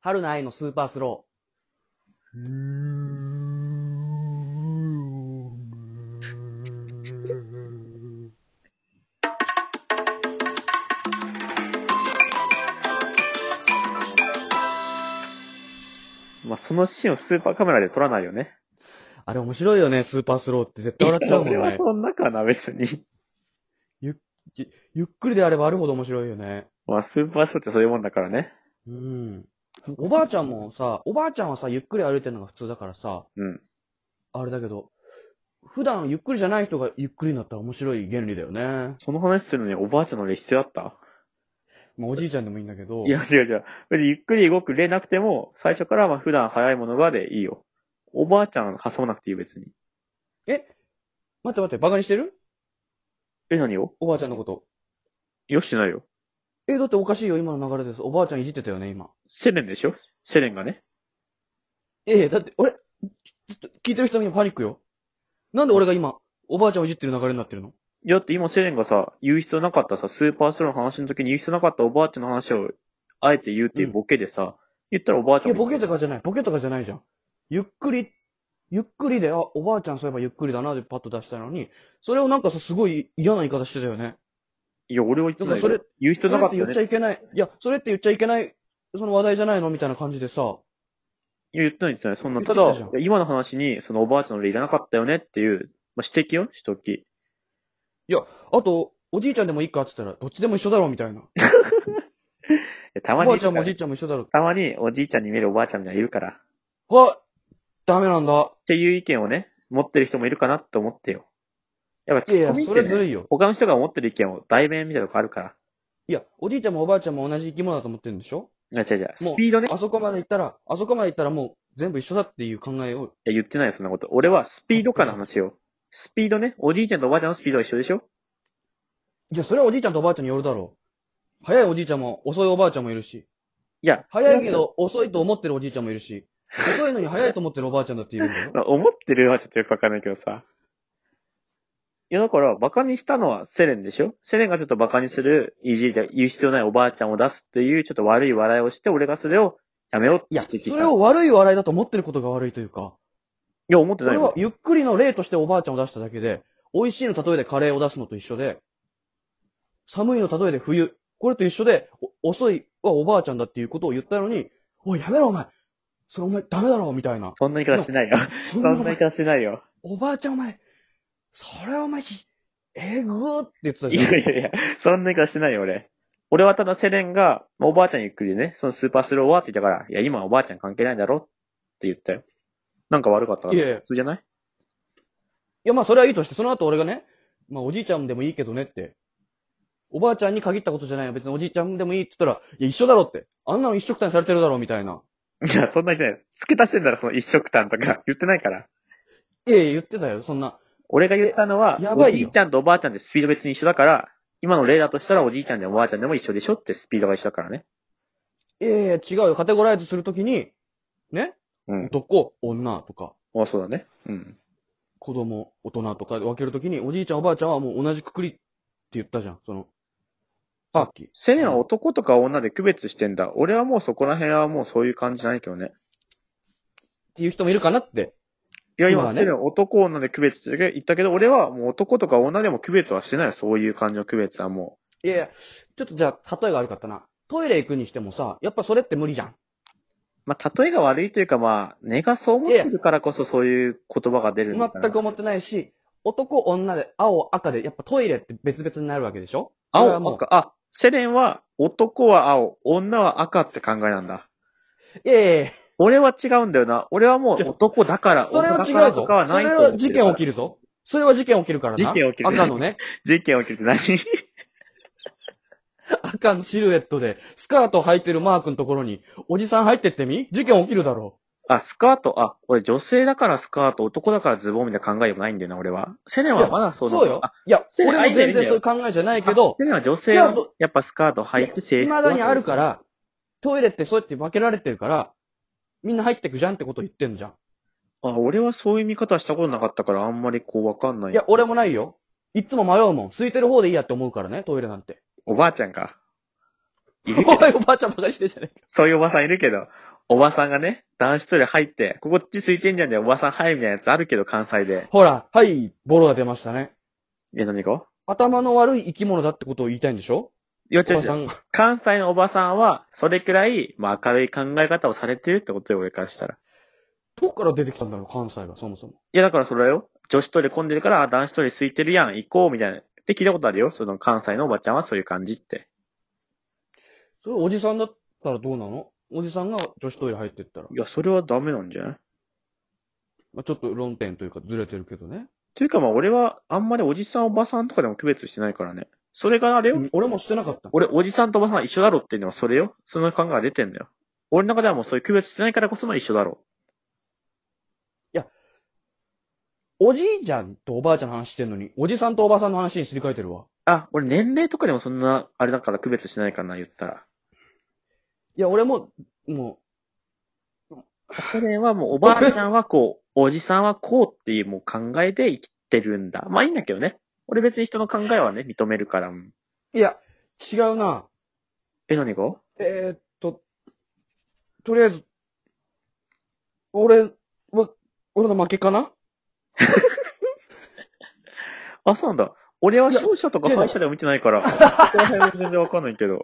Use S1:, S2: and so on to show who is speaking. S1: 春の愛のスーパースロ
S2: まあ、そのシーンをスーパーカメラで撮らないよね。
S1: ー。あれ面白いよね、スーパースローって絶対笑っちゃうもん
S2: 俺は
S1: ね。
S2: そんなかな、別に。
S1: ゆっくりであればあるほど面白いよね。
S2: まあ、スーパースローってそういうもんだからね。
S1: うん。おばあちゃんもさ、おばあちゃんはさ、ゆっくり歩いてるのが普通だからさ、
S2: うん。
S1: あれだけど、普段ゆっくりじゃない人がゆっくりになったら面白い原理だよね。
S2: その話するのにおばあちゃんの例必要だった
S1: まあ、おじいちゃんでもいいんだけど、
S2: いや、違う違う。別にゆっくり動く例なくても、最初からまあ普段早いものがでいいよ。おばあちゃん挟まなくていいよ、別に。
S1: 待って待って、バカにしてる
S2: え、何を
S1: おばあちゃんのこと。
S2: よしてないよ。
S1: え、だっておかしいよ、今の流れです。おばあちゃんいじってたよね、今。
S2: セレンでしょセレンがね。
S1: ええ、だって、俺、ちょっと聞いてる人にパニックよ。なんで俺が今、おばあちゃんをいじってる流れになってるの
S2: いやだって今セレンがさ、言う必要なかったさ、スーパースローの話の時に言う必要なかったおばあちゃんの話を、あえて言うっていうボケでさ、言ったらおばあち
S1: い
S2: ゃ
S1: や、
S2: んも
S1: ボケとかじゃない、ボケとかじゃないじゃん。ゆっくり、ゆっくりで、あ、おばあちゃんそういえばゆっくりだなでパッと出したのに、それをなんかさ、すごい嫌な言い方してたよね。
S2: いや、俺は言ってない
S1: だから
S2: よ
S1: そ。
S2: 言う必
S1: そ
S2: 要な
S1: れ
S2: かっ
S1: ったて
S2: よ
S1: 言っ
S2: ね
S1: ちゃ。いけない。いや、それって言っちゃいけない、その話題じゃないのみたいな感じでさ、
S2: いや、言ってない言ってない。そんな、
S1: 言
S2: た
S1: ってた
S2: だ、
S1: じゃん
S2: いや今の話に、そのおばあちゃんの例いらなかったよねっていう、まあ、指摘よしとき。
S1: あと、おじいちゃんでもいいかって言ったら、どっちでも一緒だろみたいな。
S2: えた
S1: お
S2: まに
S1: ばあ
S2: いる
S1: ちゃ
S2: か
S1: んもお
S2: ら
S1: じ
S2: ね、
S1: いちゃんも一緒だろ。
S2: たまにおじいちゃんに見えるおばあちゃんがいるから。
S1: は、ダメなんだ。
S2: っていう意見をね、持ってる人もいるかなって思ってよ。やっぱ
S1: いやいや、
S2: ツッコミって
S1: それず
S2: ね
S1: るいよ。
S2: 他の人が思ってる意見を代弁みたいなとこあるから。
S1: いや、おじいちゃんもおばあちゃんも同じ生き物だと思ってるんでしょ
S2: いや違う違う。
S1: もう
S2: スピードね。い
S1: あそこまで行ったら、あそこまで行ったらもう全部一緒だっていう考えを。
S2: や、言ってないよ、そんなこと。俺はスピード感の話を。スピードね。おじいちゃんとおばあちゃんのスピードは一緒でしょ
S1: いや、それはおじいちゃんとおばあちゃんによるだろう。早いおじいちゃんも、遅いおばあちゃんもいるし。
S2: いや、
S1: 早いけど、遅いと思ってるおじいちゃんもいるし。遅いのに早いと思ってるおばあちゃんだっているん だよ。
S2: まあ思ってるはちょっとよくわかんないけどさ。いや、だから、バカにしたのはセレンでしょセレンがちょっとバカにする、いじりで、言う必要ないおばあちゃんを出すっていう、ちょっと悪い笑いをして、俺がそれをやめようって
S1: いや、
S2: 指摘した
S1: それを悪い笑いだと思ってることが悪いというか、
S2: いや、思って
S1: こ
S2: ない
S1: れは
S2: よ。
S1: ゆっくりの例としておばあちゃんを出しただけで、美味しいの例えでカレーを出すのと一緒で、寒いの例えで冬、これと一緒で、お遅いはおばあちゃんだっていうことを言ったのに、おい、やめろお前それお前ダメだろみたいな。
S2: そんな言い方してないよ。
S1: そ
S2: そ
S1: ん
S2: ん
S1: な
S2: な
S1: お
S2: 言
S1: 前、
S2: い方してないよ。
S1: おばあちゃんお前、それお前、ひえぐーって言ってた
S2: い
S1: じゃん。
S2: やいやいや、そんな言い方してないよ、俺。俺はただセレンが、まあおばあちゃんゆっくりでね、そのスーパースローはって言ったから、いや、今はおばあちゃん関係ないだろって言ったよ。なんか悪かったか
S1: い
S2: な
S1: やいや
S2: 普通じゃない
S1: いや、まあそれはいいとして、その後俺がね、まあおじいちゃんでもいいけどねって。おばあちゃんに限ったことじゃないよ。別におじいちゃんでもいいって言ったら、いや、一緒だろって。あんなの一緒くたにされてるだろ、みたいな。
S2: いや、そんな言ってない。付け足してんだろ、その一色単とか。言ってないから。
S1: いやいや、言ってたよ、そんな。
S2: 俺が言ったのは
S1: えや、ば
S2: お
S1: いよ
S2: じいちゃんとおばあちゃんってスピード別に一緒だから、今の例だとしたらおじいちゃんでもおばあちゃんでも一緒でしょってスピードが一緒だからね。
S1: いやいや、違うよ。カテゴライズするときに、ね
S2: うん。
S1: 男、女とか、
S2: あ、そうだね。うん。
S1: 子供、大人とかで分けるときに、おじいちゃん、おばあちゃんはもう同じくくりって言ったじゃん、その。さっき。
S2: セレンは男とか女で区別してんだ。俺はもうそこら辺はもうそういう感じじゃないけどね。
S1: っていう人もいるかなって。
S2: いや、
S1: ま
S2: 今、
S1: あ
S2: セ
S1: ね
S2: レンは男女で区別して言ったけど、俺はもう男とか女でも区別はしてないよ。そういう感じの区別はも
S1: いやいや、ちょっとじゃあ、例えが悪かったな。トイレ行くにしてもさ、やっぱそれって無理じゃん。
S2: う。まあ、例えが悪いというか、まあ、根がそう思ってるからこそそういう言葉が出るんだ
S1: 全く思ってないし、男、女で、青、赤で、やっぱトイレって別々になるわけでしょそれはも
S2: 青、
S1: う
S2: 赤。あ、セレンは男は青、女は赤って考えなんだ。
S1: いやいやいや
S2: 俺は違うんだよな。俺はも
S1: ち
S2: う
S1: ょ
S2: 男だから、
S1: それは
S2: 女だか
S1: 違
S2: ら
S1: うぞ。
S2: とかは
S1: そ
S2: ない
S1: れ
S2: と思
S1: は
S2: って
S1: 事
S2: る
S1: 件起きるぞ。それは事件起きるからな。
S2: 事件起きる
S1: 赤のね、
S2: 事件起きるって何
S1: 赤のシルエットで、スカート履いてるマークのところに、おじさん入ってってみ事件起きるだろ
S2: あ、スカート、あ、俺女性だからスカート、男だからズボンみたいな考えでもないんだよな、俺は。セレ
S1: う。
S2: ン
S1: いや
S2: はまだそうだ
S1: そうよ
S2: あ。
S1: いや、
S2: セレン
S1: 俺も全然そういう考えじゃないけど、
S2: セレンは女性
S1: 違う
S2: は
S1: と、
S2: やっぱスカート履いて制
S1: 未
S2: 服
S1: だにあるか。ら、トイレってそうやって分けられてるから、みんな入ってくじゃんってこと言ってんじゃん。
S2: あ、俺はそういう見方したことなかったから、あんまりこうわかんない。
S1: いや、俺もないよ。いっつも迷うもん。空いてる方でいいやって思うからね、トイレなんて。
S2: おばあちゃんか。い
S1: お
S2: るけ ど
S1: い、おばあちゃんばかりしてんじゃねえか。
S2: そういうおばさんいるけど、おばさんがね、男子トイレ入って、ここっち空いてんじゃんねおばさん入るみたいなやつあるけど、関西で。
S1: ほら、はい、ボロが出ましたね。
S2: いや、何が
S1: 頭の悪い生き物だってことを言いたいんでしょ
S2: いや、
S1: お
S2: 違う
S1: ば
S2: 違
S1: さ
S2: う。
S1: んが。
S2: 関西のおばさんは、それくらい、まあ、明るい考え方をされてるってことよ、俺からしたら。
S1: どっから出てきたんだろう、関西が、そもそも。
S2: いや、だからそれよ。女子トイレ混んでるから、あ男子トイレ空いてるやん、行こう、みたいな。って聞いたことあるよ。その関西のおばちゃんはそういう感じって。
S1: それおじさんだったらどうなのおじさんが女子トイレ入ってったら。
S2: いや、それはダメなんじゃない
S1: まあ、ちょっと論点というかずれてるけどね。
S2: というかまあ俺はあんまりおじさんおばさんとかでも区別してないからね。それがあれよ、
S1: うん俺もしてなかった。
S2: 俺おじさんとおばさん一緒だろっていうのはそれよ。その考えが出てんだよ。俺の中ではもうそういう区別してないからこその一緒だろ。
S1: おじいちゃんとおばあちゃんの話してんのに、おじさんとおばさんの話にすり替えてるわ。
S2: あ、俺年齢とかでもそんな、あれだから区別してないからな、言ったら。
S1: いや、俺も、も
S2: それはもうおばあちゃんはこう、おじさんはこうっていうもう考えで生きてるんだ。まあいいんだけどね。俺別に人の考えはね、認めるから。うん
S1: う、いや、違うな。
S2: え、何が
S1: えー、っと、とりあえず、俺は、俺の負けかな
S2: あ、そうなんだ。俺は勝者とか敗者でも見てないから、そこら辺は全然わかんないけど。